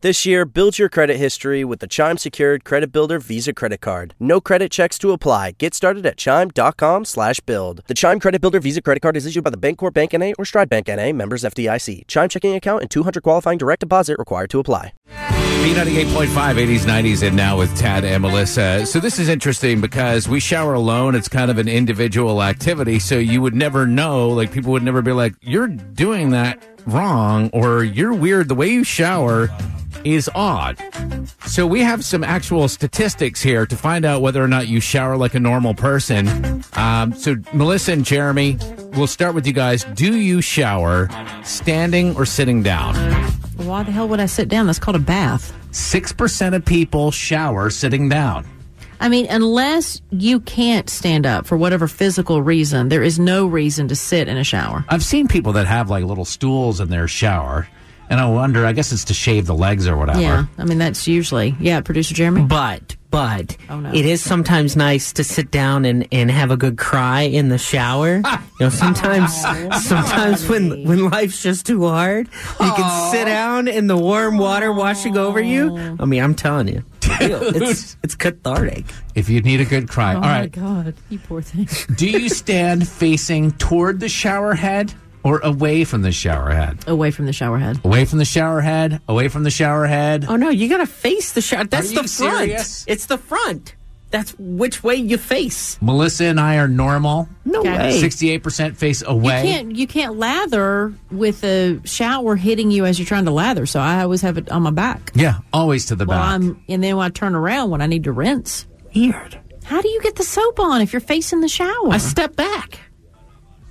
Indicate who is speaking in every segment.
Speaker 1: This year, build your credit history with the Chime Secured Credit Builder Visa Credit Card. No credit checks to apply. Get started at Chime.com slash build. The Chime Credit Builder Visa Credit Card is issued by the Bancorp Bank N.A. or Stride Bank N.A. members FDIC. Chime checking account and 200 qualifying direct deposit required to apply.
Speaker 2: B98.5, 80s, 90s, and now with Tad and Melissa. So this is interesting because we shower alone. It's kind of an individual activity. So you would never know, like people would never be like, you're doing that wrong or you're weird. The way you shower is odd. So we have some actual statistics here to find out whether or not you shower like a normal person. Um, so Melissa and Jeremy, we'll start with you guys. Do you shower standing or sitting down?
Speaker 3: Why the hell would I sit down? That's called a bath.
Speaker 2: 6% of people shower sitting down.
Speaker 3: I mean, unless you can't stand up for whatever physical reason, there is no reason to sit in a shower.
Speaker 2: I've seen people that have like little stools in their shower, and I wonder, I guess it's to shave the legs or whatever.
Speaker 3: Yeah. I mean, that's usually, yeah, producer Jeremy.
Speaker 4: But but
Speaker 3: Oh, no.
Speaker 4: it is sometimes nice to sit down and, and have a good cry in the shower. you know, sometimes sometimes when when life's just too hard, you can sit down in the warm water washing over you. I mean, I'm telling you. It's it's cathartic.
Speaker 2: If you need a good cry. All right.
Speaker 3: Oh, God. You poor thing.
Speaker 2: Do you stand facing toward the shower head or away from the shower head?
Speaker 3: Away from the shower head.
Speaker 2: Away from the shower head, away from the shower head.
Speaker 4: Oh no, you gotta face the shower. That's
Speaker 2: you
Speaker 4: the front.
Speaker 2: serious?
Speaker 4: It's the front. That's which way you face.
Speaker 2: Melissa and I are normal.
Speaker 4: No
Speaker 3: Okay.
Speaker 4: way.
Speaker 2: 68% face
Speaker 3: You
Speaker 2: away.
Speaker 3: can't you can't lather with the shower hitting you as you're trying to lather, so I always have it on my back.
Speaker 2: Yeah, always to the
Speaker 3: Well,
Speaker 2: back.
Speaker 3: I'm and then when I turn around when I need to rinse.
Speaker 4: Weird.
Speaker 3: How do you get the soap on if you're facing the shower?
Speaker 4: I step back.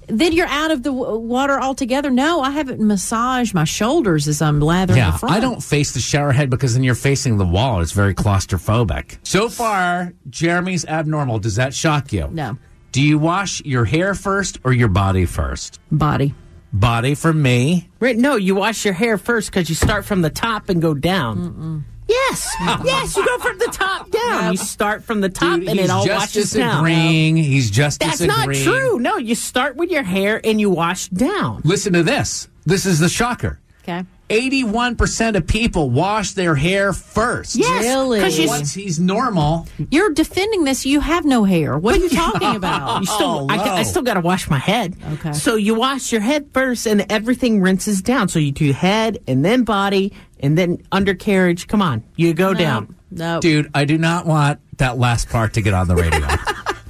Speaker 3: then you're out of the w- water altogether. No, I haven't massaged my shoulders as I'm lathering
Speaker 2: Yeah,
Speaker 3: the front.
Speaker 2: I don't face the shower head because then you're facing the wall. It's very claustrophobic. So far, Jeremy's abnormal. Does that shock you?
Speaker 3: No.
Speaker 2: Do you wash your hair first or your body first?
Speaker 3: body.
Speaker 2: Body for me.
Speaker 4: Right? No, you wash your hair first because you start from the top and go down. Yes, yes, you go from the top down. You start from the top and it
Speaker 2: He's
Speaker 4: all
Speaker 2: just
Speaker 4: washes down.
Speaker 2: disagreeing. He's just
Speaker 4: That's not
Speaker 2: disagreeing.
Speaker 4: true. No, you start with your hair and you wash down.
Speaker 2: Listen to this. This is the shocker.
Speaker 3: Okay.
Speaker 2: 81% of people wash their hair first.
Speaker 4: Yes,
Speaker 3: Really?
Speaker 4: because you.
Speaker 2: Once he's normal,
Speaker 3: You're defending this. You have no hair. What are you talking about?
Speaker 4: You still, I,
Speaker 2: Oh, low.
Speaker 4: I still got to wash my head.
Speaker 3: Okay.
Speaker 4: So you wash your head first, and everything rinses down. So you do head, and then body, and then undercarriage. Come on, you go down.
Speaker 3: No.
Speaker 2: dude, I do not want that last part to get on the radio.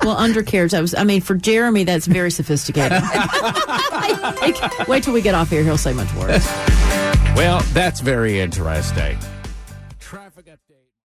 Speaker 3: Well, undercarriage. That was. I mean, for Jeremy, that's very sophisticated. Like, wait till we get off here. He'll say much worse.
Speaker 2: well, that's very interesting. Traffic update.